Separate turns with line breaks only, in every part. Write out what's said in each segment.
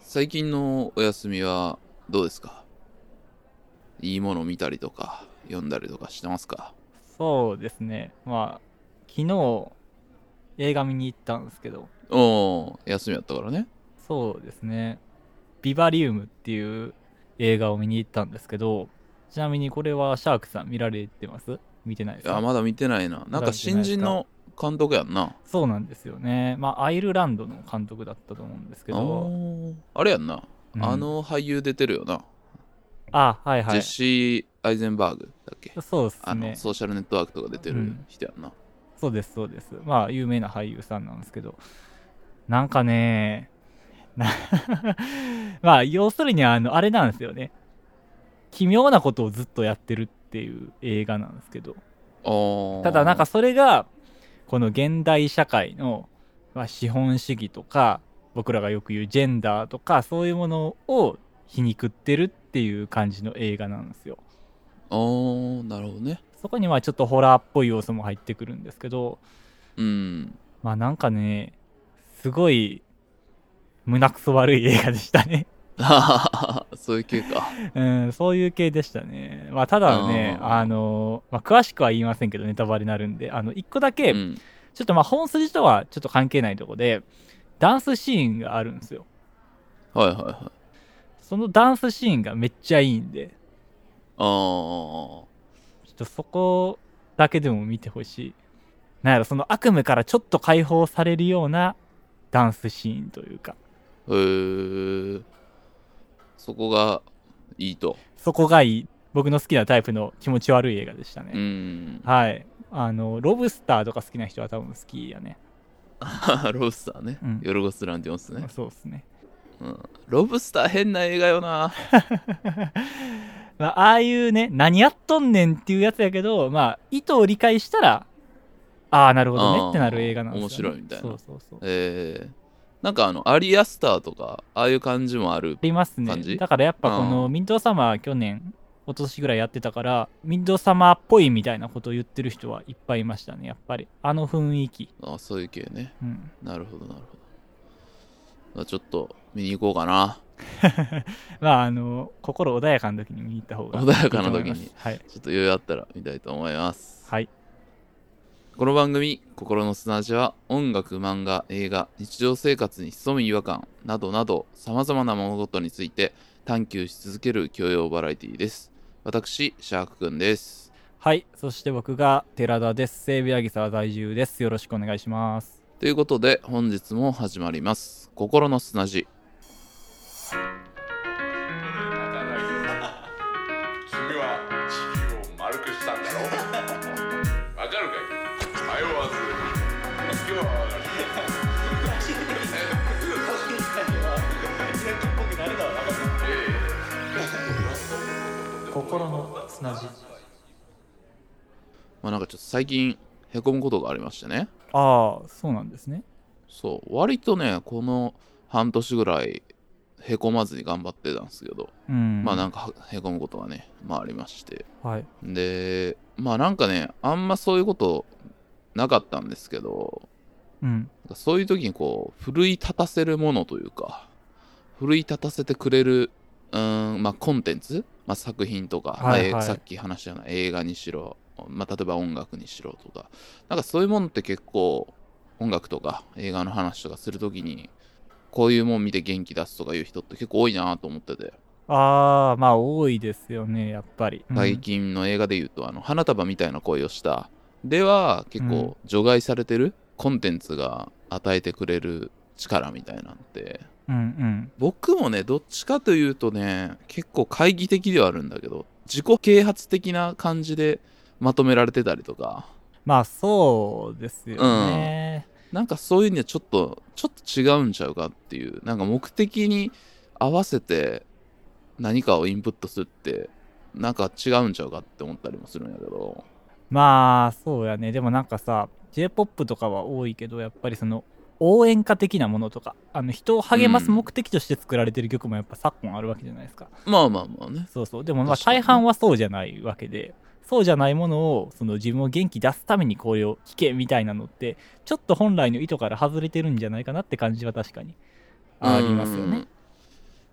最近のお休みはどうですかいいもの見たりとか、読んだりとかしてますか
そうですね。まあ、昨日、映画見に行ったんですけど、
おー、休みやったからね。
そうですね。ビバリウムっていう映画を見に行ったんですけど、ちなみにこれはシャークさん見られてます見てないです
あ、
か、
まだ見てないな。なんか新人の監督やんな。
そうなんですよね。まあ、アイルランドの監督だったと思うんですけ
あ
ど、
ーあれやんな。
うん
あ、の俳優出てるよな。
あ、はいは
ジェ
い。
シー・アイゼンバーグだっけ
そうです
あの、
ね。
ソーシャルネットワークとか出て
う
る
ん
人やんな。
そうです、そうです。まあ、有名な俳優さんなんですけど、なんかね、な まあ、要するに、あの、あれなんですよね。奇妙なことをずっとやってるっていう映画なんですけど、
おー
ただ、なんか、それが、この現代社会の、まあ、資本主義とか、僕らがよく言うジェンダーとか、そういうものを皮肉ってるっていう感じの映画なんですよ。
おーなるほどね。
そこにはちょっとホラーっぽい要素も入ってくるんですけど、
うん。
まあなんかね、すごい胸くそ悪い映画でしたね。
そういう系か。
うん、そういう系でしたね。まあただね、
あー
あの、まあ詳しくは言いませんけど、ネタバレになるんで、あの、一個だ
う
け、ちょ
ん。
っとまあ本筋とはちょっと関係ないとこで、ダンスシーンがあるんですよ。
はいはいはい。
そのダンスシーンがめっちゃいいんで、
あー。
ちょっとそこだけでも見てほしい。なんやろ、その悪夢からちょっと解放されるようなダンスシーンというか、
へーそこがいいと。
そこがいい、僕の好きなタイプの気持ち悪い映画でしたね。
うん。
はい。あの、ロブスターとか好きな人は多分好きやね。
ロブスターね。
うん
ヨルゴス・ランティオンスね、
そうですね。
うん。ロブスター変な映画よな。
まあ、ああいうね、何やっとんねんっていうやつやけど、まあ、意図を理解したら、ああ、なるほど
あー
ねってなる映画なんですよ、ね。
面白いみたいな
そうそうそう。あ
えー、なんかあの、アリアスターとか、ああいう感じもある。
ります
感
ね。
じ
だからやっぱこ
う
の、ミッドサマー去年、一昨年ぐらいやってたから、ミッドサマーっぽいみたいなことを言ってる人はいっぱいいましたね、やっぱり。あの雰囲気。
あそういう系ね。
うん。
なるほど、なるほど。あちょっと見に行こうかな。
まあ、あの、心穏やかな時に見に行った方がいいと思います。
穏やかな時に
はい。
ちょっと余裕あったら見たいと思います。
はい。
この番組「心の砂地」は音楽漫画映画日常生活に潜む違和感などなどさまざまな物事について探求し続ける教養バラエティです私シャークくんです
はい、そして僕が寺田です。西部柳沢在住です。よろしくお願いします。
ということで本日も始まります「心の砂地
君は地球を丸くしたんだろうわかるかい迷わず今日はわかる
心の砂地。」
まあなんかちょっと最近へこむことがありましてね
ああ、そうなんですね。
そう割とねこの半年ぐらいへこまずに頑張ってたんですけど、
うん。
まあなんかへこむことがねまあありまして
はい。
でまあなんかねあんまそういうことなかったんですけど
うん。
そういう時にこう奮い立たせるものというか奮い立たせてくれるうーん、まあ、コンテンツ、まあ、作品とか、
はいはい
まあえさっき話したような映画にしろ、まあ、例えば音楽にしろとかなんかそういうものって結構音楽とか映画の話とかする時にこういうもん見て元気出すとかいう人って結構多いなと思ってて、
ああ、まあ多いですよね、やっぱり。うん
最近の映画で言うと、あの花束みたいな恋をしたでは結構除外されてるコンテンツが与えてくれる力みたいなんて
うんうん。
僕もねどっちかというとね結構懐疑的ではあるんだけど自己啓発的な感じでまとめられてたりとか
まあそうですよね。
なんかそういうにはちょっとちょっと違うんちゃうかっていうなんか目的に合わせて何かをインプットするってなんか違うんちゃうかって思ったりもするんやけど
まあそうやね。でもなんかさ、J-POP とかは多いけど、やっぱりその、応援歌的なものとか、あの人を励ます目的として作られてる曲もやっぱ昨今あるわけじゃないですか。
まあまあまあね
そうそう。でもまあ
確かにね
大半はそうじゃないわけで、そうじゃないものを、その自分を元気出すためにこれを聞けみたいなのって、ちょっと本来の意図から外れてるんじゃないかなって感じは確かにありますよ
う
ね
ん。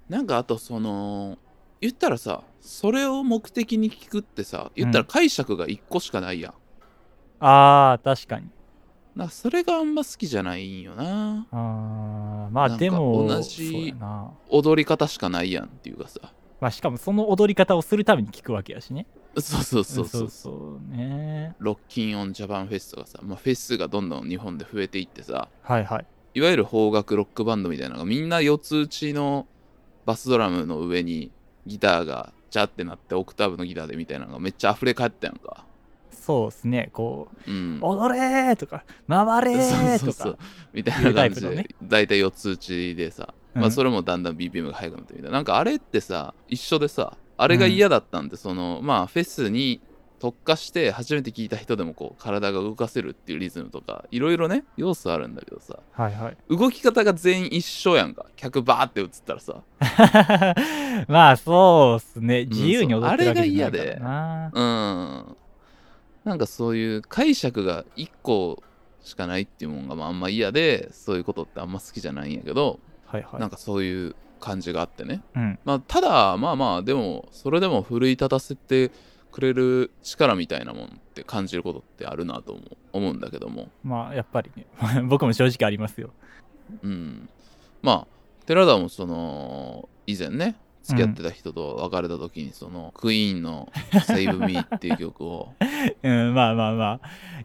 なんかあとその言ったらさそれを目的に聞くってさ言ったら解釈が1個しかないやん、
ああ、確かに。
なんかそれがあんま好きじゃないんよな
あーま
な
あ
んか
でも、
同じ
そうやな。
踊り方しかないやんっていうかさ
まあしかもその踊り方をするために聞くわけやしね。
そうそうそうそうそう
そうね。
ロッキンオンジャパンフェスとかさ、まあ、フェスがどんどん日本で増えていってさ
はいはい。
いわゆる邦楽ロックバンドみたいなのがみんな四つ打ちのバスドラムの上にギターがジャってなってオクターブのギターでみたいなのがめっちゃ溢れ返ったやんか。
そうですね。こう、
うん。
踊れーとか、回れ
そう
ー
そう
と
そう
か。。
みたいな感
いうタイプ
じ
のね
で、だいたい四つ打ちでさ、ま
う
あ
ん
それもだんだん BPM が速くなってみたいな。なんかあれってさ、一緒でさ、あれが嫌だったんで、その、まあフェスに特化して初めて聞いた人でもこう体が動かせるっていうリズムとか、いろいろね、要素あるんだけどさ、
はいはい。
動き方が全員一緒やんか。客バーって映ったらさ、
まあそうっすね
ん
自由に踊ってるわけじゃないからな、
うん。なんかそういう解釈が1個しかないっていうもんがまああんま嫌で、そういうことってあんま好きじゃないんやけど、
はいはい
なんかそういう感じがあってね。
うん
まあただ、まあまあ、でも、それでも奮い立たせてくれる力みたいなもんって感じることってあるなと思う思うんだけども。
まあやっぱりね 僕も正直ありますよ
うん。まあ、寺田もその、以前ね、付き合ってた人と別れた時に、その、クイーンの Save Me っていう曲を
うんまあまあまあ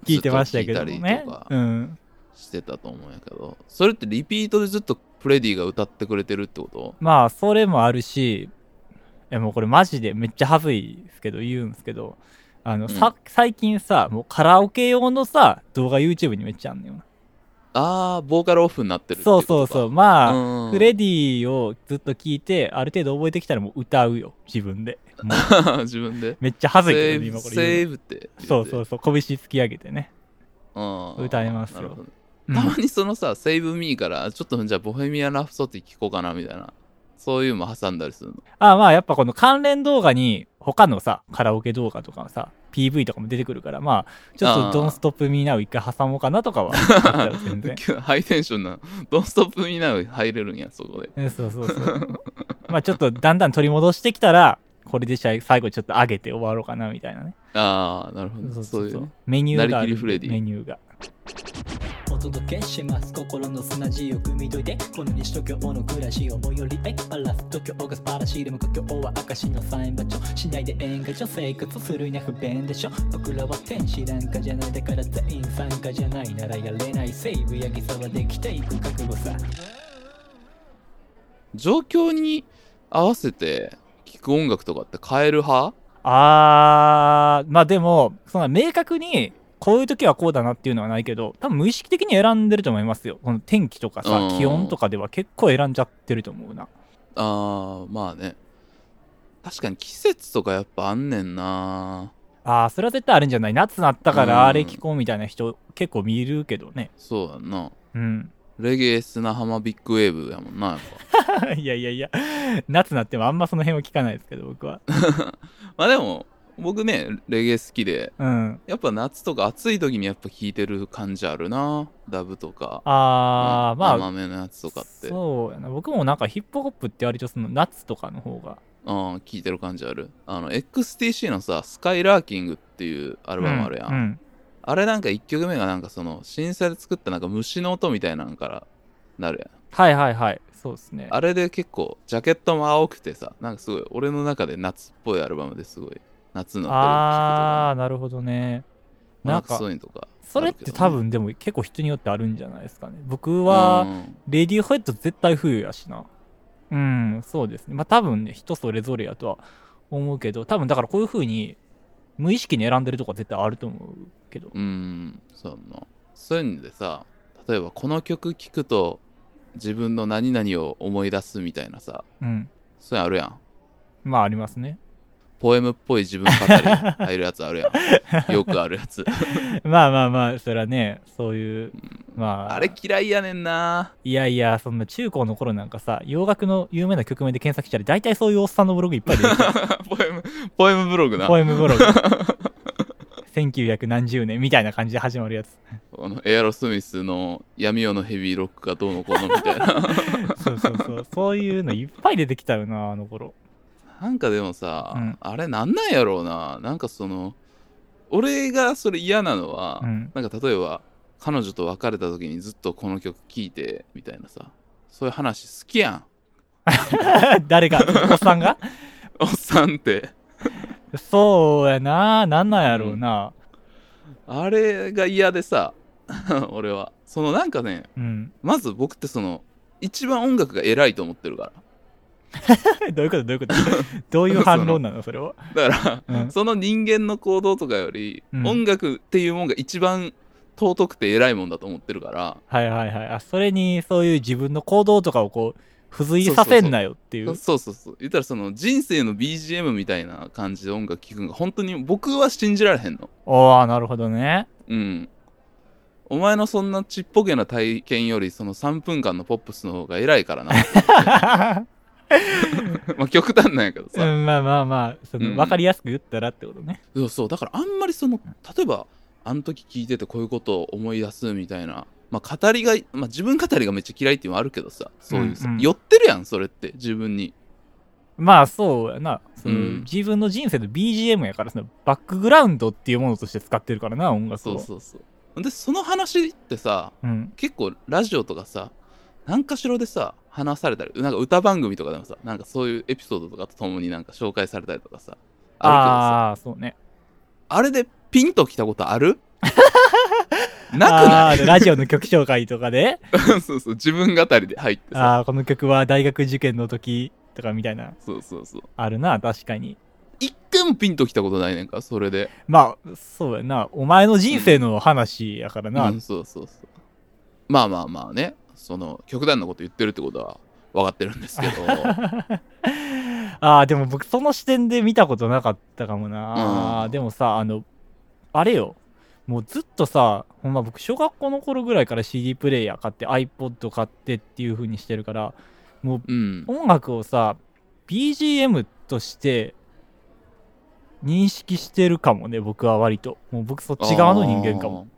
聞いてましたけども
ずっと聞いた
ね
りとか
うん
してたと思うんやけどそれってリピートでずっとプレディが歌ってくれてるってこと
まあそれもあるしいやもうこれマジでめっちゃ恥ずいですけど言うんですけどあの、さ最近さもうカラオケ用のさ動画 YouTube にめっちゃあんのよな
ああボーカルオフになってるってい
そう
こと
そう
か
そうまあ、
うん
フレディをずっと聞いてある程度覚えてきたらもう歌うよ自分でもう
自分で
めっちゃ恥ずい
セ
け
ー
どね
ブ
今これ言うの
セーブって
そうそううそう、拳突き上げてね。歌
え
えますよ
たまにそのさ「セーブ・ミー」からちょっとじゃあ「ボヘミアン・ラフソティ」聞こうかなみたいなそういうのも挟んだりするの
あまあやっぱこの関連動画に他のさ、カラオケ動画とかのさ、PV とかも出てくるから、まあ、ちょ
あー
っと Don't Stop Me Now 一回挟もうかなとかは思った よ、全然。
ハイテンションな「ドンストップ・ミー」な入れるんやそこで
うんそうそうそう。まあちょっとだんだん取り戻してきたら、これで試合最後ちょっと上げて終わろうかなみたいなね。
ああなるほ
そ
ど
う
そ
そうう
い
そうう
ね。
メニューがあ
なりき
る
りフレディ
メニューが。
お届けします心の砂地を汲み解いてこの西東京の暮らしを最寄りへバラす東京が素晴らしいでも故郷は証のサイン場所しないで演歌所生活するには不便でしょ僕らは天使なんかじゃないだから全員参加じゃないならやれないセーブやぎさはできていく覚悟さ
状況に合わせて聴く音楽とかって変える派
あー、まあでも、そんな明確に、こういう時はこうだなっていうのはないけど、多分無意識的に選んでると思いますよ。この天気とかさ
う、ん
気温とかでは結構選んじゃってると思うな。
あーまあね確かに季節とかやっぱあんねんな
ああ、それは絶対あるんじゃない夏なったか
うん
らあれ聞こうみたいな人結構見るけどね。
そうやんな
うん。
レゲエ砂浜ビッグウェーブやもんなやっ
いやいやいや、夏なってもあんまその辺は聞かないですけど、僕は。
ぱまあでも僕ねレゲエ好きで
うん。
やっぱ夏とか暑い時にやっぱ聴いてる感じあるなダブとか
ああ、
うん
まあ、
甘めのやつとかってう
そうやな。僕もなんかヒップホップって割とその夏とかの方が。
ん聴いてる感じあるあの XTC のさ「スカイラーキング」っていうア
ア
ルバムあるやん、
うん。
あれなんか1曲目がなんかその震災で作ったなんか虫の音みたいなのからなるやん
はいはいはい。そうですね。
あれで結構ジャケットも青くてさなんかすごい俺の中で夏っぽいアルバムですごい夏の
あ
あ
あーなるほどね
な
なんん
か
か
そういうのとか
それって多分でも結構人によってあるんじゃないですかね僕
は
はレディーホイット絶対冬やしなうんそうですねまあ多分ね人それぞれやとは思うけど多分だからこういう風に無意識に選んでるとか絶対あると思うけど
うんうんそうやんなそういうのでさ例えばこの曲聴くと自分の何々を思い出すみたいなさ
うん
そういうのあるやん
まあありますね
ポエムっぽい自分語り入るやつあるやんよくあるや つ
まあまあまあそれはねそういうまあ
あれ嫌いやねん ない
やいやそんな中高の頃なんかさ洋楽の有名な曲名で検索したら大体そういうおっさんのブログいっぱい出てくる
ポエムポエムブログな
ポエムブログ1900何十年みたいな感じで始まるやつ
あのエアロスミスの闇夜のヘビーロックがどうのこうのみたい な
そうそうそうそういうのいっぱい出てきたよなあの頃
なんかでもさ、
うん
あれなんなんやろうななんかその俺がそれ嫌なのは、
うん
なんか例えば彼女と別れた時にずっとこの曲聴いてみたいなさそういう話好きやん
誰がおっさんが
おっさんって
そうやななんなんやろうな
あれが嫌でさ 俺はそのなんかね
うん、
まず僕ってその一番音楽が偉いと思ってるか
どういうことどういうこと どういう反論なのそれは
らだから
うん
その人間の行動とかより、
うん
音楽っていうもんが一番尊くて偉いもんだと思ってるから、
はいはいはいあそれにそういう自分の行動とかをこう付随させんなよっていう
そうそうそう言ったらその人生の BGM みたいな感じで音楽聴くのが本当に僕は信じられへんの
ああなるほどね
うんお前のそんなちっぽけな体験よりその3分間のポップスの方が偉いからな まあ極端なんやけど
う
さ、
ん、まあまあまあその、
うん
分かりやすく言ったらってことね
いやそうだからあんまりその例えばあの時聞いててこういうことを思い出すみたいなまあ語りが、まあ、自分語りがめっちゃ嫌いっていうのはあるけどさそういうさ、
うんうん
寄ってるやんそれって自分に
まあそうやなその、
うん
自分の人生の BGM やからそのバックグラウンドっていうものとして使ってるからな音楽を
そうそうそうでその話ってさ
うん、
結構ラジオとかさ何かしらでさ話されたりなんか歌番組とかでもさなんかそういうエピソードとかとともになんか紹介されたりとかさあるけどさ
ああーそうね
あれでピンときたことあ るなく
あ
な
あーラジオの曲紹介と かで
いそうそう自分語りで入ってさ
ああこの曲は大学受験の時とかみたいな
そうそうそう
あるな確かに
一回もピンときたことないねんかそれで
まあそうやなお前の人生の話やからな、
うんそうそうそうまあまあまあねその極端なこと言ってるってことは分かってるんですけ ど
ああでも僕その視点で見たことなかったかもな、
うん
でもさあのあれよもうずっとさほんま僕小学校の頃ぐらいから CD プレイヤー買って iPod 買ってっていう風にしてるからも
うん
う音楽をさ BGM として認識してるかもね僕は割ともう僕そっち側の人間かも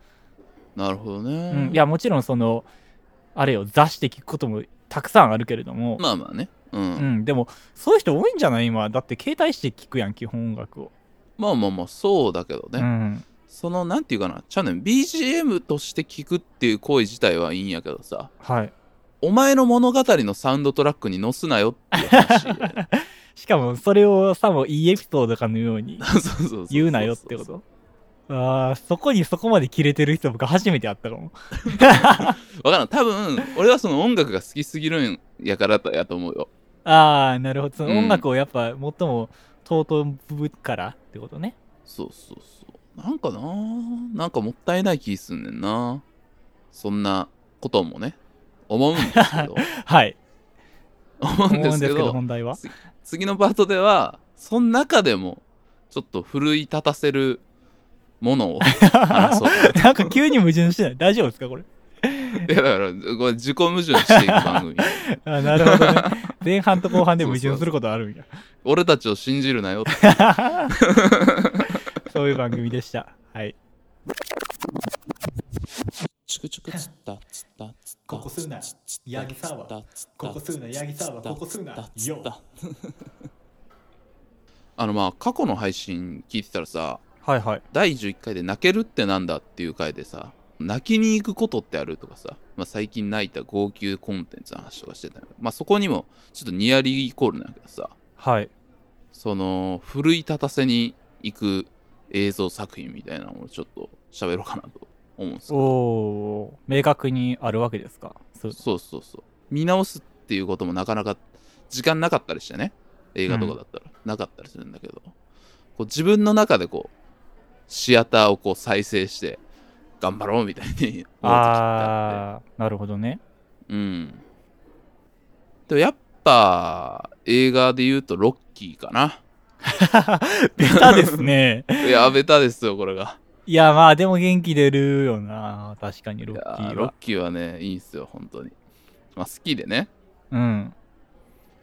あーなるほどね、
うん、いやもちろんそのあれよ座して聞くこともたくさんあるけれども、
まあまあねうん、
うん、でもそういう人多いんじゃない今だって携帯して聞くやん基本音楽を、
まあまあまあそうだけどね、
うん、
そのなんていうかなちゃうねん BGM として聞くっていう行為自体はいいんやけどさ
はい
お前の物語のサウンドトラックに載すなよっていう 話
しかもそれをさもいいエピソードかのよ うに
そうそうそうそう
言うなよってことあーそこにそこまでキレてる人僕初めて会ったかも
わからん多分俺はその音楽が好きすぎるんやからやと思うよ
ああなるほどその
うん
音楽をやっぱ最も尊ぶからってことね
そうそうそうなんかななんかもったいない気すんねんなそんなこともね思うんですけ ど
はい
思うん
思
で
うん
す
で
け
すけど
ど
本題は
次のパートではその中でもちょっと奮い立たせるものを話そうかな
なんか急に矛盾してない大丈夫ですかこれ
いやだからこれ自己矛盾していく番組
あーなるほ どね前半と後半で矛盾することあるんや
俺たちを信じるなよって
そういう番組でしたはい
チクチクつったつったつった
ここすんなヤギサワーここすんなヤギサワーここすんなよ
あのまあ過去の配信聞いてたらさ
はいはい
第11回で泣けるってなんだっていう回でさ泣きに行くことってあるとかさ、まあ、最近泣いた号泣コンテンツの話とかしてたのまあそこにもちょっとニアリーイコールなんだけどさ
はい
その奮い立たせに行く映像作品みたいなのをちょっと喋ろうかなと思うんですけ
お
ど
お明確にあるわけですかそう
そうそうそう見直すっていうこともなかなか時間なかったりしてね映画とかだったらなかったりするんだけど、こう自分の中でこうシアターをこう再生して頑張ろうみたいに思う時ってあっ
あーなるほどね
てうんでもやっぱ映画で言うとロッキーかな
ベタですね
いやベタですよこれが
いやまあでも元気出るよな確かにロ
い
ッ
や
キー
ロッ
は
キーはねいいんすよ本当にまあ好きでね
うん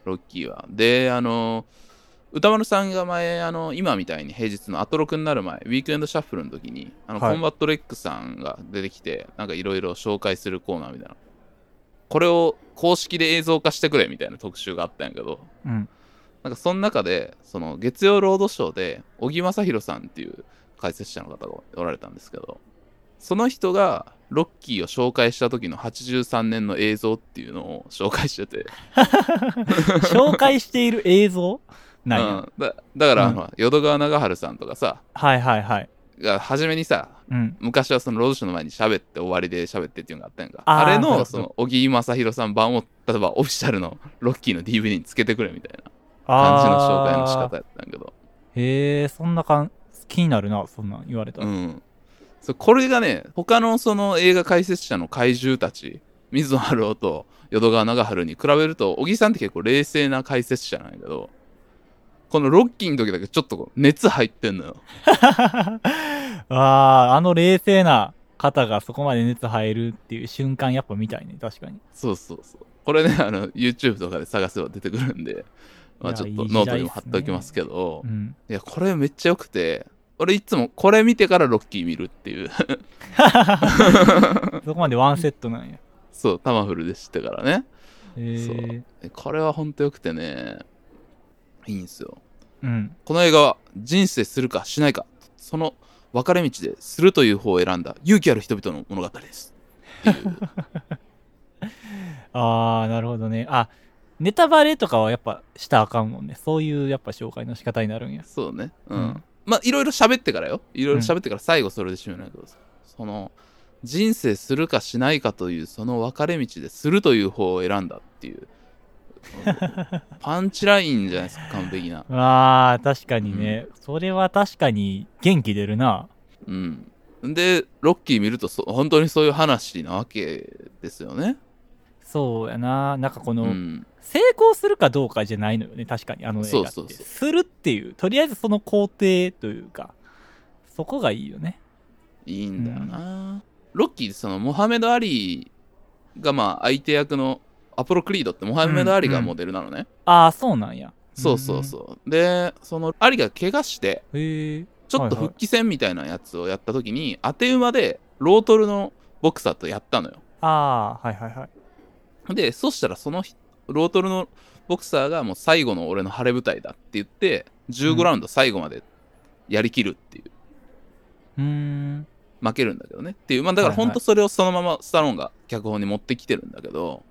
ロッキーは。で、あの、歌丸さんが前あの今みたいに平日のアトロクになる前ウィークエンドシャッフルの時にあの、
はい
コンバットレックさんが出てきてなんかいろいろ紹介するコーナーみたいなこれを公式で映像化してくれみたいな特集があったんやけど
うん。
なんかその中でその月曜ロードショーで小木正弘さんっていう解説者の方がおられたんですけどその人がロッキーを紹介した時の83年の映像っていうのを紹介してて
紹介している映像なんや、
うん、だだから、
う
あ
ん
の淀川長春さんとかさ
はいはいはい。
が初めにさ
うん。
昔はそのロードショーの前に喋って終わりで喋ってっていうのがあったやんか
あ
あ
ー
れ
なるほ
の
ど
その小木正弘さん版を例えばオフィシャルのロッキーの DVD につけてくれみたいな感じの紹介の仕方
あ
やったんやけど、
ー。へえ、そんな感じ、気になるな、そんなん言われた
う
ら。
ん、そうこれがね他のその映画解説者の怪獣たち水野晴郎と淀川長春に比べると小木さんって結構冷静な解説者なんやけどこのロッキーの時だけちょっとこう熱入ってんのよ
ああ、あの冷静な方がそこまで熱入るっていう瞬間やっぱ見たいね、確かに。
そうそうそう。これね、あの、YouTube とかで探せば出てくるんで、まあ
いや
ちょっ
い
と
い
い
時
ノ
代
ートにも貼っておきますけど、
うん。
いや、これめっちゃ良くて、俺いつもこれ見てからロッキー見るっていう、
そこまでワンセットなんや。
そう、タマフルで知ってからね。
へえ。
そう
う
これはほんと良くてね、いいんすよ。
ん。
この映画は人生するかしないか、その分かれ道でするという方を選んだ勇気ある人々の物語です。って いう
ああ、なるほどね。あ、ネタバレとかはやっぱしたらあかんもんね。そういうやっぱ紹介の仕方になるんや。
そうね。う
うんん。
まあいろいろ喋ってからよいろいろ喋ってから最後それで締めないけど、その人生するかしないかというその分かれ道でするという方を選んだって いうパンチラインじゃないですか完璧な
ああ、確かにね、それは確かに元気出るな。
うんでロッキー見るとそ本当にそういう話なわけですよね
そうやな。なんかこの、
うん
成功するかどうかじゃないのよね確かにあの映画って
そうそうそう
するっていうとりあえずその工程というかそこがいいよね
いいんだよな、ロッキーってそのモハメド・アリがまあ相手役のアポロ・クリードってモハメド・アリがモデルなのね、
ああそうなんや
そうそうそう。で、その、アリが怪我して、
うんへえ
ちょっと復帰戦みたいなやつをやった時に、当て馬で、ロートルのボクサーとやったのよ。
ああはいはいはい
で、そしたらそのひ、ロートルのボクサーがもう最後の俺の晴れ舞台だって言って、
うん
15ラウンド最後までやりきるっていう、
うーん
負けるんだけどね。っていう、まあだから
はいはい
本当それをそのままスタローンが脚本に持ってきてるんだけど、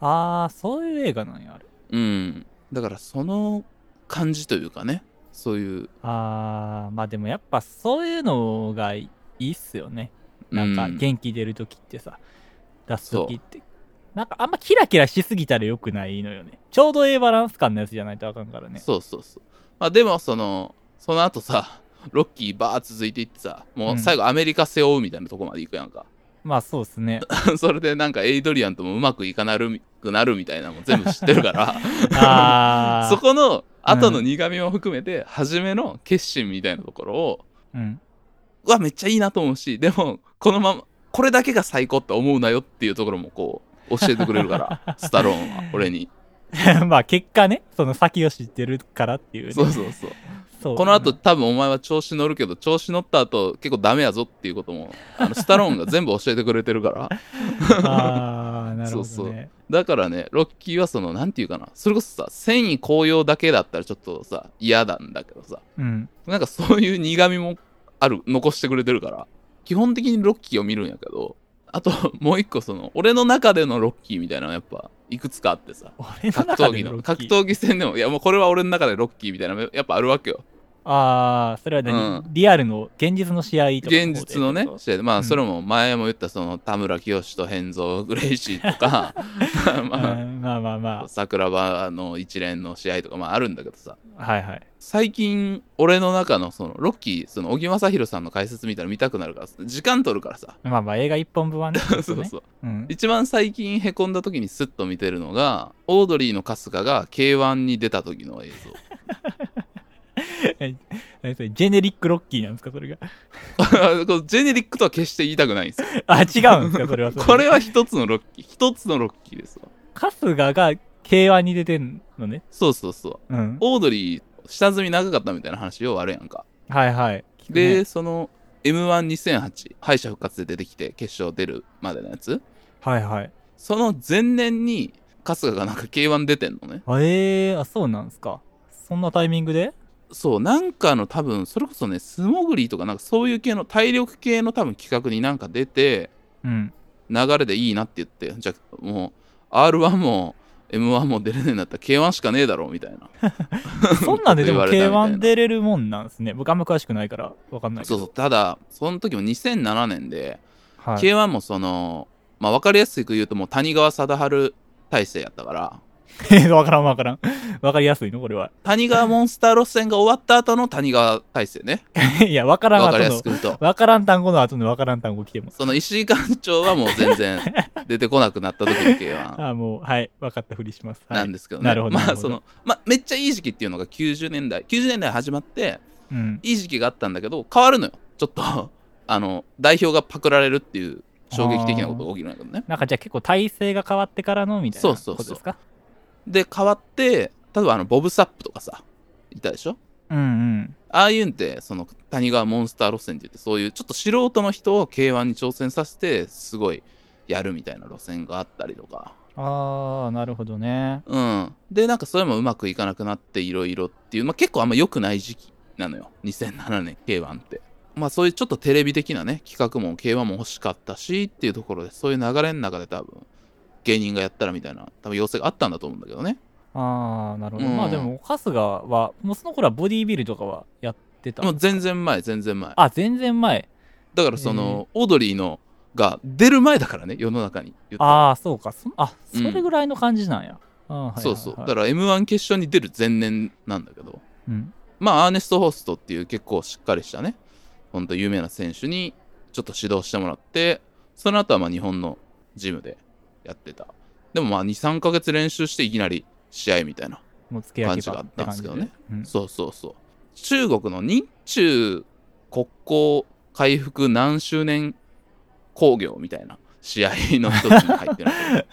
ああそういう映画なんやあれ
うん。だからその感じというかね、そういう、
ああまあでもやっぱそういうのがいいっすよねなんか
う
元気出る時ってさ、出す時ってなんかあんまキラキラしすぎたらよくないのよねちょうどええバランス感のやつじゃないとあかんからね
そうそうそう。まあでもその、その後さ、ロッキーバー続いていってさ、もう最後アメリカ背負うみたいなとこまで行くやんか。
まあそうっすね
それでなんかエイドリアンともうまくいかなるくなるみたいなのも全部知ってるから、
ああ
そこの後の苦みも含めて、初めの決心みたいなところを、
うん
うわ、めっちゃいいなと思うし、でも、このまま、これだけが最高って思うなよっていうところもこう、教えてくれる から、スタローンは、俺に。
まあ結果ね、その先を知ってるからっていうね。
そうそうそう。
そう
この後、多分お前は調子乗るけど調子乗った後結構ダメやぞっていうこともあのスタローンが全部教えてくれてるから
ああ、なるほど、ね。
そうそうだからねロッキーはそのなんていうかなそれこそさ戦意高揚だけだったらちょっとさ嫌なんだけどさ
うん。
なんかそういう苦みもある残してくれてるから基本的にロッキーを見るんやけどあともう一個その俺の中でのロッキーみたいなのやっぱいくつかあってさ
俺
格
の中
闘
で
技
ロ
の
ッキー
格闘技戦でもいやもうこれは俺の中でロッキーみたいなのやっぱあるわけよ
ああ、それは何、
う
リアルの、現実の試合とか方で
現実のね
ってこと
試合でま
う
あ
ん
それも前も言ったその田村清と変造グレイシーと か
う
ま
んまあまあ
あ
ま
桜庭の一連の試合とかまああるんだけどさ
あ。はいはい。
最近俺の中のそのロッキーその小木正弘さんの解説みたいなの見たくなるから時間取るからさ
まあまあ、映画一本分はね。ちょ っ
そ
と
う
ね
そう
うん。
一番最近へこんだ時にスッと見てるのがオードリーの春日が K1 に出た時の映像
何それジェネリックロッキーなんですか、それが。
こうジェネリックとは決して言いたくないんですよ
あ、違うんですか、それは そ
これは一つのロッキー一つのロッキーですわ
春日が K1 に出てんのね。
そうそうそう
うん。
オードリー下積み長かったみたいな話ようあるやんか
はいはい。聞くね
で、、その m 1 2 0 0敗者復活で出てきて決勝出るまでのやつ
はいはい。
その前年に春日がなんか k 1出てんのね
あえー、あ、そうなんですか。そんなタイミングで
そうなんかの多分それこそね素潜りとかなんかそういう系の体力系の多分企画になんか出て
うん。
流れでいいなって言ってじゃあもう r 1も m 1も出れねえんだったら k 1しかねえだろみたいな
そんなんででも
言われたみたい
K1
な
出れるもんなんですね。僕あんま詳しくないからわかんないけ
そう
ど。
そうただその時も2007年で
はい。
k 1もその、まあ、分かりやすく言うともう谷川貞治体制やったから
え わからんわからん。わかりやすいのこれは。
谷川モンスター路線が終わった後の谷川体制ね
いや、わからん
分か
後
りや
の
すく。言うと
わからん単語の後のわからん単語来てます。
その石井館長はもう全 然出てこなくなった時の k 1
あーもう、はい。わかったふりします。は
ないん。ですけどね、
なるほどな
ま
る
あ
ほ
そ
ど
の、まあ、めっちゃいい時期っていうのが90年代90年代始まって
うん。
いい時期があったんだけど変わるのよちょっとあの代表がパクられるっていう衝撃的なことが起きるんだけどね
なんかじゃあ結構体制が変わってからのみたい
そう
なこ
そうそう
とですか
で変わって例えばあのボブ・サップとかさいたでしょ
うんうん。
ああいうんってその谷川モンスター路線って言ってそういうちょっと素人の人を k 1に挑戦させてすごいやるみたいな路線があったりとか
あー、なるほどね。
うんでなんかそれもうまくいかなくなっていろいろっていう、まあ、結構あんま良くない時期なのよ2007年 k 1ってまあそういうちょっとテレビ的なね企画も k 1も欲しかったしっていうところでそういう流れの中で多分芸人がやったらみたいな多分要請があったんだと思うんだけどね
あー、なるほど。
うん
まあでも、春日は、もうその頃はボディービルとかはやってた
も。う全然前全然前
あ、全然前。
だからその、オードリーのが出る前だからね世の中に言ったら
ああ、そうか。そあ、
う
そ
ん
れぐらいの感じなんや。あーはいはいはい
そうそうだから m 1決勝に出る前年なんだけど
うん。
まあアーネスト・ホーストっていう結構しっかりしたねほんと有名な選手にちょっと指導してもらってその後はまあ日本のジムでやってたでもまあ23ヶ月練習していきなり試合みたいな
もう付け焼き場って感じで。
感じがあった
うん
そうそうそう中国の日中国交回復何周年工業みたいな試合の一つに入ってるんだ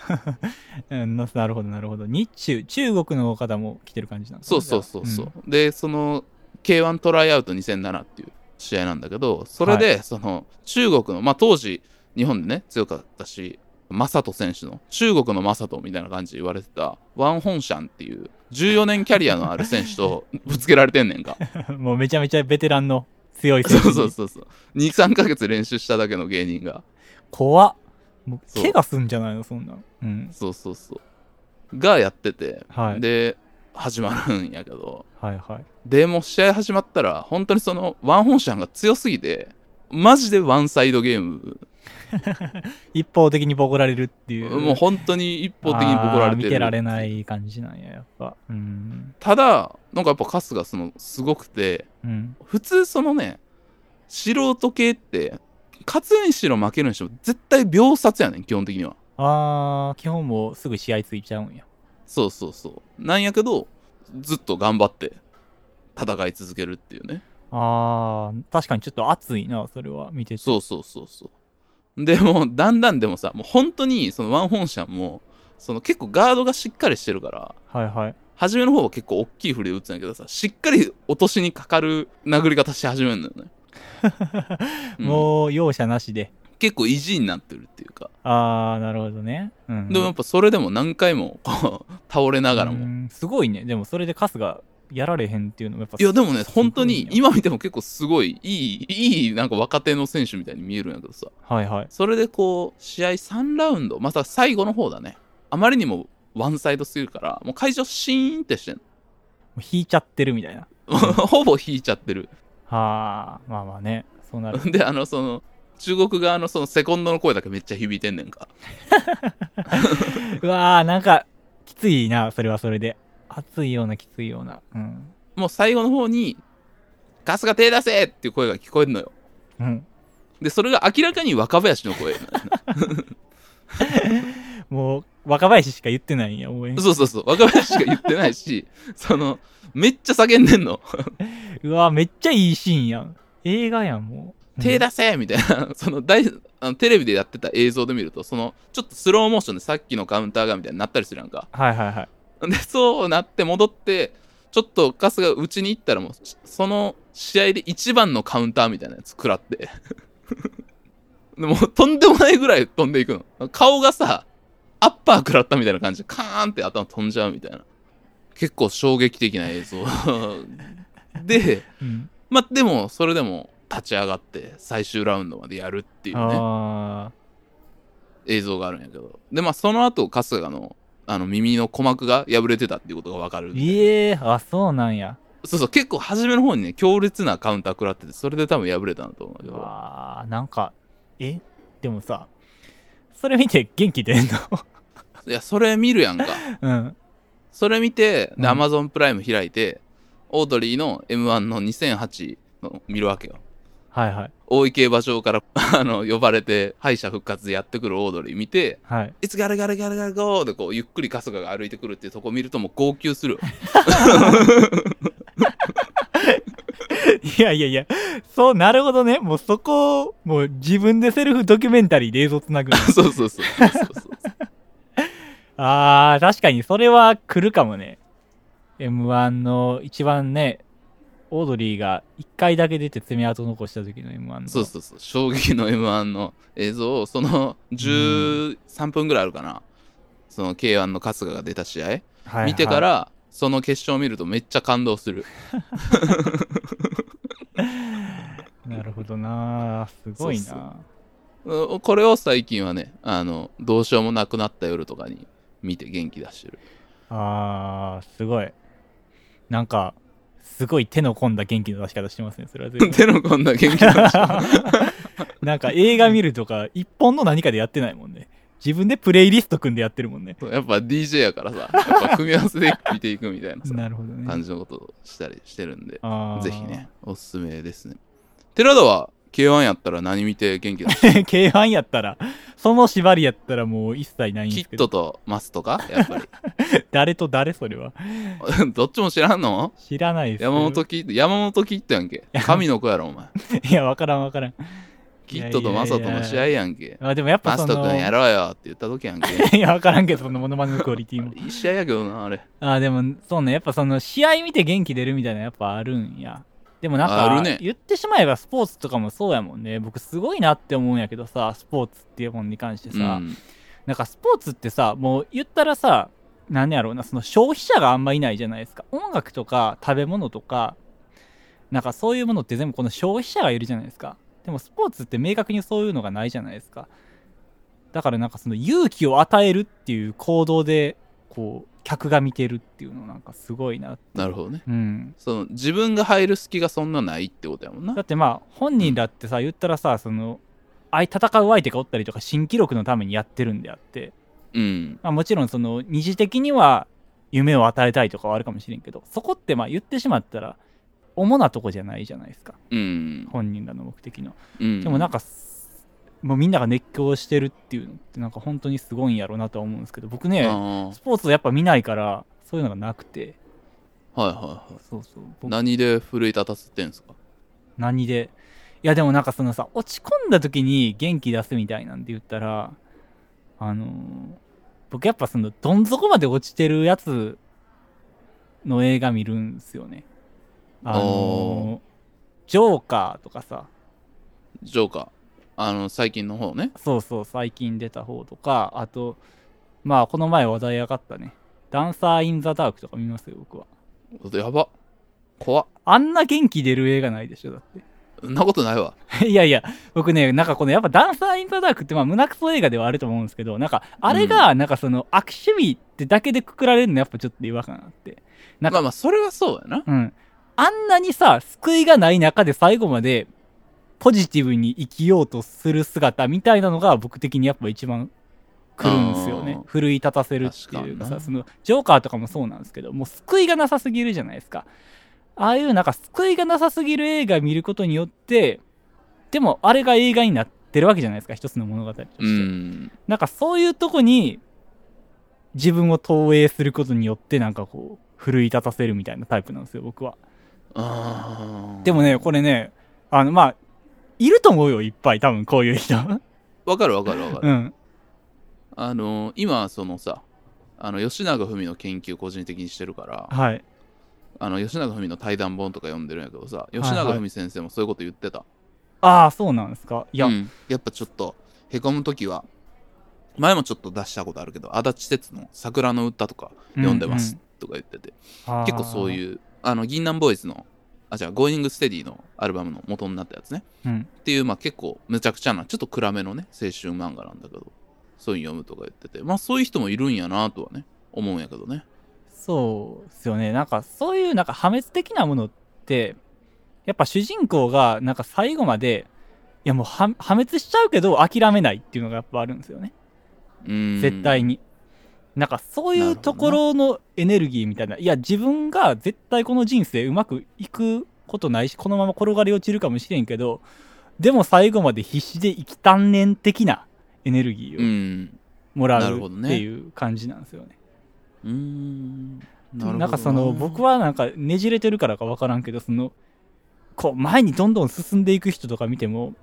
けど
うん ななるほど、なるほど。日中、中国の方も来てる感じなんです
そ
ね
うそうそう
じ
そ
ゃ
う、でその k 1トライアウト2007っていう試合なんだけどそれでその中国のまあ当時日本でね強かったしマサト選手の中国のマサトみたいな感じで言われてたワン・ホンシャンっていう14年キャリアのある選手 とぶつけられてんねんか
あうん もうめちゃめちゃベテランの強い選手
そう
に
そうそうそう23ヶ月練習しただけの芸人が
怖っ。もう
そう
怪我すんじゃないの、そんなん。うん。
そうそうそうがやってて、
はい
で始まるんやけど
はいはい。
でもう試合始まったら本当にそのワンホンシャンが強すぎてマジでワンサイドゲーム
一方的にボコられるっていう。
もう本当に一方的にボコられて
あー
る
見てられない感じなんや、やっぱ。うん。
ただなんかやっぱ春日そのすごくて
うん。
普通そのね素人系って勝つにしろ負けるにしろ絶対秒殺やねん基本的には
ああ、基本もうすぐ試合ついちゃうんや。
そうそうそうなんやけどずっと頑張って戦い続けるっていうね
ああ、確かにちょっと熱いな、それは見てて。
そうそうそうそう。でも、だんだんでもさ、もう本当に、そのワンホンシャンも、その結構ガードがしっかりしてるから、
はいはい。
初めの方は結構大きい振りで打つんだけどさ、しっかり落としにかかる殴り方し始めるんだよ ね。うん
もう容赦なしで。
結構意地になってるっていうか。
ああ、なるほどね。うん。
でもやっぱそれでも何回もこう倒れながら
う
も。
んすごいね。でもそれで春日やられへんっていうのもやっぱ
いやでもね、本当に
すごいね
今見ても結構すごい、いい、いい、なんか若手の選手みたいに見えるんやけどさ。
はいはい。
それでこう、試合3ラウンド、また最後の方だね。あまりにもワンサイドすぎるから、もう会場シーンってしてん
もう引いちゃってるみたいな。
の。 ほぼ引いちゃってる。
はあ、まあまあね。そうなる。
で、あの、その、中国側のそのセコンドの声だけめっちゃ響いてんねんか。
うわあ、なんか、きついな、それはそれで。熱いような、きついような。うん。
もう最後の方に、ガスが手出せっていう声が聞こえるのよ。
うん。
で、それが明らかに若林の声。
もう、若林しか言ってないんや、応援。
そうそうそう。若林しか言ってないし、その、めっちゃ叫んでんの。
うわーめっちゃいいシーンやん。映画やん、もう。
手
だ
出せみたいな、 その大あのテレビでやってた映像で見ると、そのちょっとスローモーションでさっきのカウンターがみたいになったりするやんか。
はいはいはい。
で、そうなって戻って、ちょっと春日がうちに行ったらもうその試合で一番のカウンターみたいなやつ食らって でもとんでもないぐらい飛んでいくの顔がさアッパー食らったみたいな感じでカーンって頭飛んじゃうみたいな結構衝撃的な映像で
うん
まあでもそれでも立ち上がって最終ラウンドまでやるっていうね
あ
映像があるんやけどでまあその後春日のあの耳の鼓膜が破れてたっていうことが分かる
ーいえあそうなんや
そうそう結構初めの方にね強烈なカウンター食らっててそれで多分破れたんだと思うんだけど
うわーなんかえでもさそれ見て元気出んの
いやそれ見るやんか
うん
それ見て
うん
で Amazon プライム開いてオードリーの m 1の2008の見るわけよ
はいはい
大井競馬場からあの呼ばれて敗者復活でやってくるオードリー見て
はい
いつガラガラガラガラゴーでこうゆっくり春日が歩いてくるっていうとこ見るともう号泣する
いやいやいや、そう、なるほどね。もうそこを、もう自分でセルフドキュメンタリーで映像つなぐの。
そうそうそうそうそうそう
あー、確かにそれは来るかもね。M1 の一番ね、オードリーが1回だけ出て爪痕残した時の M1 の。
そうそうそう衝撃の m 1の映像をその13分ぐらいあるかな、その k 1の春日が出た試合、
はいはい
見てから、その決勝を見るとめっちゃ感動する
なるほどなーすごいな
そううんこれを最近はねあのどうしようもなくなった夜とかに見て元気出してる
あー、すごい。なんか、すごい手の込んだ元気の出し方してますね。それは全然。
手のこんな元気 出して
なんか映画見るとか、一本の何かでやってないもんね。自分でプレイリスト組んでやってるもんね。
やっぱ DJ やからさやっぱ組み合わせで見ていくみたいなさ
なるほどね。
感じのことをしたりしてるんで
あー
ぜひ。 ねおすすめですね寺田は k 1やったら何見て元気 出してる
K1 やったら、その縛りやったらもう一切ないん
キ
ですけ
ッ
ど
ト、とマスとかやっぱり
誰と誰それは。
どっちも知らん の
知らないです。
山本キッド、山本キッドやんけ。神の子やろ、お前。
いや、わからんわからん。
キッドとマサトの試合やんけ。
あでもやっぱ
マ
そ
スト
の、
君やろうよって言った時やん け。
いや、わからんけど、そのモノマネのクオリティも。
いい試合やけどな、あれ。
あでも、そうね、やっぱその、試合見て元気出るみたいな、やっぱあるんや。でもなん
あ
か、
るね
言ってしまえばスポーツとかもそうやもんね。僕すごいなって思うんやけどさ、スポーツっていうもんに関して
う
さ、
ん。
なんかスポーツってさもう言ったらさ何やろうなその消費者があんまいないじゃないですか音楽とか食べ物とかなんかそういうものって全部この消費者がいるじゃないですかでもスポーツって明確にそういうのがないじゃないですかだからなんかその勇気を与えるっていう行動でこう客が見てるっていうのなんかすごいな
なるほどね。
うん
その自分が入る隙がそんなないってことやもんな
だ。ってまあ本人だってさ言ったらさそのあい戦う相手がおったりとか新記録のためにやってるんであって
うん。
まあ、もちろんその二次的には夢を与えたいとかはあるかもしれんけどそこってまあ言ってしまったら主なとこじゃないじゃないですか
うん。
本人らの目的の
うん。
でもなんかすもうみんなが熱狂してるっていうのってなんか本当にすごいんやろうなとは思うんですけど僕
あー、
ね
はい
スポーツをやっぱ見ないからそういうのがなくて
はいはい。
そうそう僕
何で奮い立たせてんすか
何でいやでもなんかそのさ落ち込んだ時に元気出すみたいなんて言ったらあのー僕やっぱそのどん底まで落ちてるやつの映画見るんすよねあ
お
のージョーカーとかさ
ジョーカー。あの、最近の方ね。
そうそう最近出た方とかあとまあこの前話題上がったねダンサー・イン・ザ・ダークとか見ますよ僕は
やば。怖っ。
あんな元気出る映画ないでしょだって
そんなことないわ。
いやいや、僕ね、なんかこのやっぱダンサーインザダークってまあ胸クソ映画ではあると思うんですけど、なんかあれがなんかその悪趣味ってだけでくくられるのやっぱちょっと違和感あって。なんか
まあまあ、それはそうやな。
うん。あんなにさ、救いがない中で最後までポジティブに生きようとする姿みたいなのが僕的にやっぱ一番来るんですよね
あー。
奮い立たせるっていう
確か
か
に
さ、
な
そのジョーカーとかもそうなんですけど、もう救いがなさすぎるじゃないですか。ああいうなんか救いがなさすぎる映画見ることによって、でもあれが映画になってるわけじゃないですか、一つの物語として。
うん。
なんかそういうとこに自分を投影することによってなんかこう、奮い立たせるみたいなタイプなんですよ、僕は。
あー
でもね、これね、あの、まあ、いると思うよ、いっぱい、多分こういう人。
わかるわかるわかる。
うん。
あの今そのさあの吉永文の研究個人的にしてるから
はい。
あの吉永文の対談本とか読んでるんやけどさ吉永文先生もそういうこと言ってた、
ああ、そうなんですか。いや、
うんやっぱちょっとへこむ時は前もちょっと出したことあるけど足立鉄の「桜の歌」とか読んでますとか言ってて、結構そう
う。
いうあの銀杏ボーイズのあじゃあ「ゴーイングステディ」のアルバムの元になったやつね
うん。
っていうまあ結構むちゃくちゃなちょっと暗めのね青春漫画なんだけどそういうの読むとか言っててまあそういう人もいるんやなとはね思うんやけどね
そうですよね。なんか、そういう、なんか破滅的なものって、やっぱ主人公が、なんか最後まで、いやもうは破滅しちゃうけど諦めないっていうのがやっぱあるんですよね。
うん
絶対に。なんかそういうところのエネルギーみたいな、いや自分が絶対この人生うまくいくことないし、このまま転がり落ちるかもしれんけど、でも最後まで必死で生きたんねん的なエネルギ
う
ーを
ん
もら
な
う
るほど
っ
ね
ていう感じなんですよね。
うーんなるほど
なんかその僕はなんかねじれてるからか分からんけどそのこう前にどんどん進んでいく人とか見ても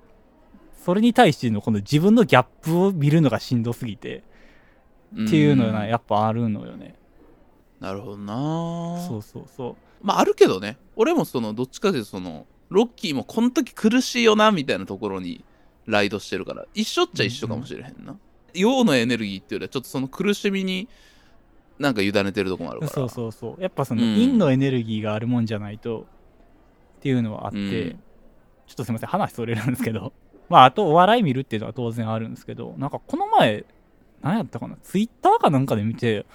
それに対してのこの自分のギャップを見るのがしんどすぎてっていうのが
ん
やっぱあるのよね、
なるほどな
そうそうそう
まああるけどね俺もそのどっちかというとそのロッキーもこの時苦しいよなみたいなところにライドしてるから一緒っちゃ一緒かもしれへんな陽のエネルギーっていうよりはちょっとその苦しみになんか委ねてるとこもあるから
そうそうそうやっぱその
うん
陰のエネルギーがあるもんじゃないとっていうのはあって、
うん
ちょっとすいません話それるんですけど まああとお笑い見るっていうのは当然あるんですけどなんかこの前何やったかなツイッターかなんかで見て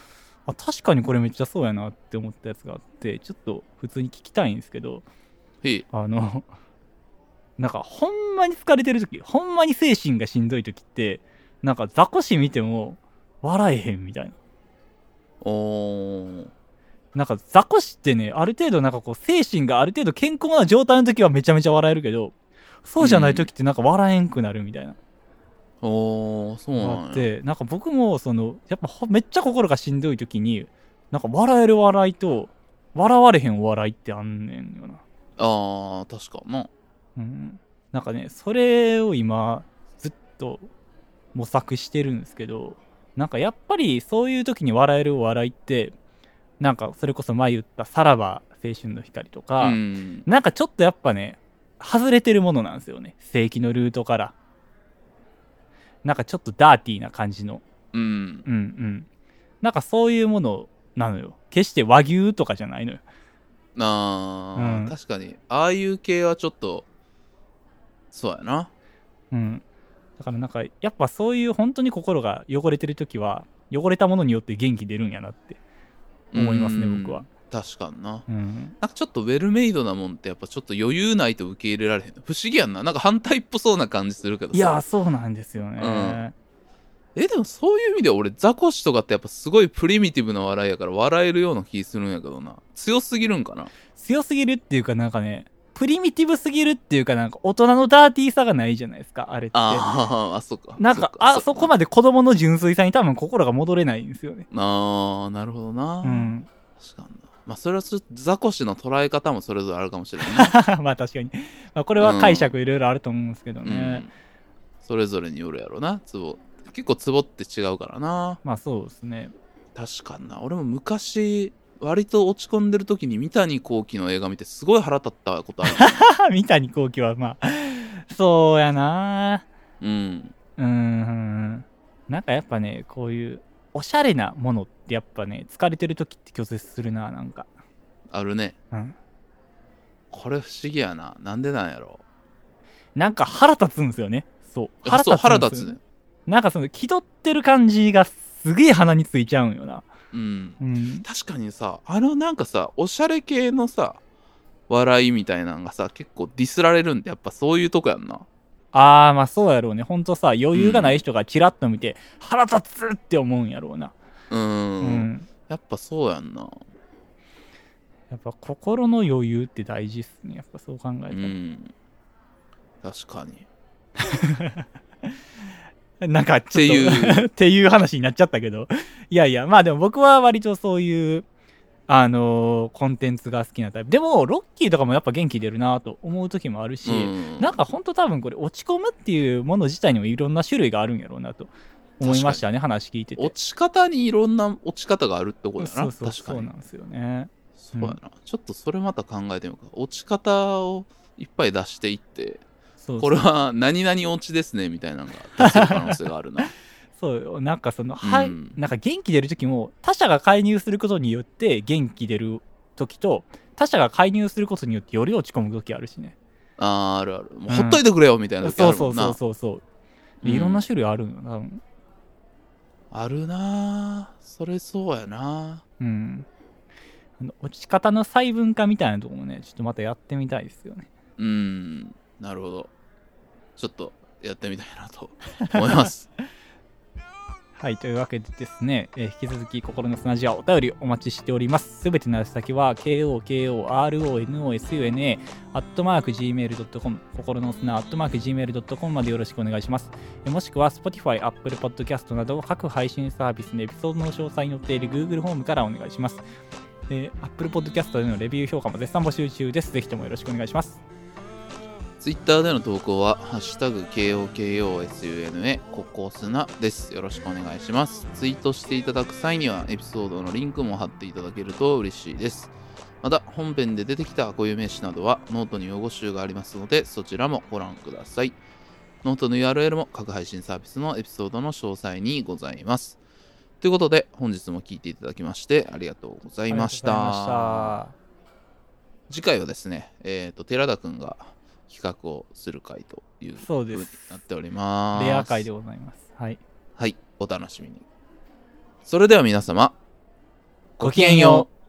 あ確かにこれめっちゃそうやなって思ったやつがあってちょっと普通に聞きたいんですけど
へい
あの なんかほんまに疲れてる時ほんまに精神がしんどい時ってなんかザコシ見ても笑えへんみたいな
おー
なんか雑魚シってね、ある程度なんかこう、精神がある程度健康な状態の時はめちゃめちゃ笑えるけど、そうじゃない時ってなんか笑えんくなるみたいな。
おーそう
あ
な
っ
んや
て、なんか僕もその、やっぱほめっちゃ心がしんどい時に、なんか笑える笑いと、笑われへんお笑いってあんねんよな。
あー確かな
うん。なんかね、それを今、ずっと模索してるんですけど、なんかやっぱりそういう時に笑えるお笑いって、なんかそれこそ前言ったさらば青春の光とか、
うん
なんかちょっとやっぱね、外れてるものなんですよね。正規のルートから。なんかちょっとダーティーな感じの。
うん
うんうん。なんかそういうものなのよ。決して和牛とかじゃないのよ。
あー、
うん
確かにああいう系はちょっとそうやな
うん。だからなんか、やっぱそういう本当に心が汚れてる時は、汚れたものによって元気出るんやなって思いますね、
うん
僕は。
確かにな
うん。
なんかちょっとウェルメイドなもんってやっぱちょっと余裕ないと受け入れられへん不思議やんななんか反対っぽそうな感じするけどさ
いやー、そうなんですよね。
うんえでもそういう意味では俺ザコシとかってやっぱすごいプリミティブな笑いやから笑えるような気するんやけどな強すぎるんかな
強すぎるっていうかなんかね、プリミティブすぎるっていうかなんか大人のダーティーさがないじゃないですか、あれって。
あーあそっか
なん
っ
か、あ、そこまで子供の純粋さに多分心が戻れないんですよね。
ああなるほどな、
うん。
確かになまあそれはちょっとザコシの捉え方もそれぞれあるかもしれない、
まあ確かに。まあこれは解釈いろいろあると思うんですけど
う
ね。
ん、それぞれによるやろなツボ結構ツボって違うからな
まあそうですね。
確かにな俺も昔割と落ち込んでる時に三谷幸喜の映画見てすごい腹立ったことあ る
三谷幸喜はまあ、 そうやな
うん
うーん。なんかやっぱね、こういう、おしゃれなものってやっぱね、疲れてる時って拒絶するななんか。
あるね
うん。
これ不思議やななんでなんやろ
なんか腹立つんですよね。そう。
うそう腹
んです
立つ
よ
ね
なんかその、気取ってる感じがすげえ鼻についちゃうんよな。
うん
うん。
確かにさあのなんかさおしゃれ系のさ笑いみたいなのがさ結構ディスられるんってやっぱそういうとこやんな
ああ、まあそうやろうね。ほんとさ、余裕がない人がチラッと見て、腹立つって思うんやろうな。
うー
うん
やっぱそうやんな
やっぱ心の余裕って大事っすね。やっぱそう考えた
う
ら。
ん確かに
なんかちょ っと、
ってい
っていう話になっちゃったけど。いやいや、まあでも僕は割とそういう、あのーコンテンツが好きなタイプ。でも、ロッキーとかもやっぱ元気出るなと思う時もあるし、
うん
なんかほんと多分これ落ち込むっていうもの自体にもいろんな種類があるんやろうなと思いましたね、話聞いてて。
落ち方にいろんな落ち方があるってことやな
そうそう
確か
そう
に
なんですよね。
そうやな、ちょっとそれまた考えてみようか落ち方をいっぱい出していって
そう
これは何々落ちですねみたいなのが出せる可能性があ るな
そうよなんかその、はい
うん
なんか元気出る時も他者が介入することによって元気出る時と他者が介入することによってより落ち込む時あるしね
あーあるあるもう
うん
ほっといてくれよみたいな時
そ
あ
う
る
そ
も
うん
な、
そうそうそういろんな種類あるの多分
あるなぁそれそうやな
うんあの落ち方の細分化みたいなとこもねちょっとまたやってみたいですよね
うんなるほどちょっとやってみたいなと思います
はい、というわけでですね、えー引き続き心の砂地はお便りお待ちしております。すべての宛先は、KOKORONOSUNA、アットマーク Gmail.com、心の砂、アットマーク Gmail.com までよろしくお願いします。えーもしくは、Spotify、Apple Podcast など、各配信サービスのエピソードの詳細に載っている Google ホームからお願いします。えー Apple Podcast でのレビュー評価も絶賛募集中です。ぜひともよろしくお願いします。
Twitter での投稿は「ハッシュタグ #KOKOSUNA ここすな」ですよろしくお願いしますツイートしていただく際にはエピソードのリンクも貼っていただけると嬉しいですまた本編で出てきた固有名詞などはノートに用語集がありますのでそちらもご覧くださいノートの URL も各配信サービスのエピソードの詳細にございますということで本日も聞いていただきましてありがとうござ
あ
いまし
りがとうござい
た
ました。
次回はですね、えっと寺田くんが企画をする回という
そうです
ふになっております。
レア会でございます。はい。
はい、お楽しみに。それでは皆様、
ごきげんよう。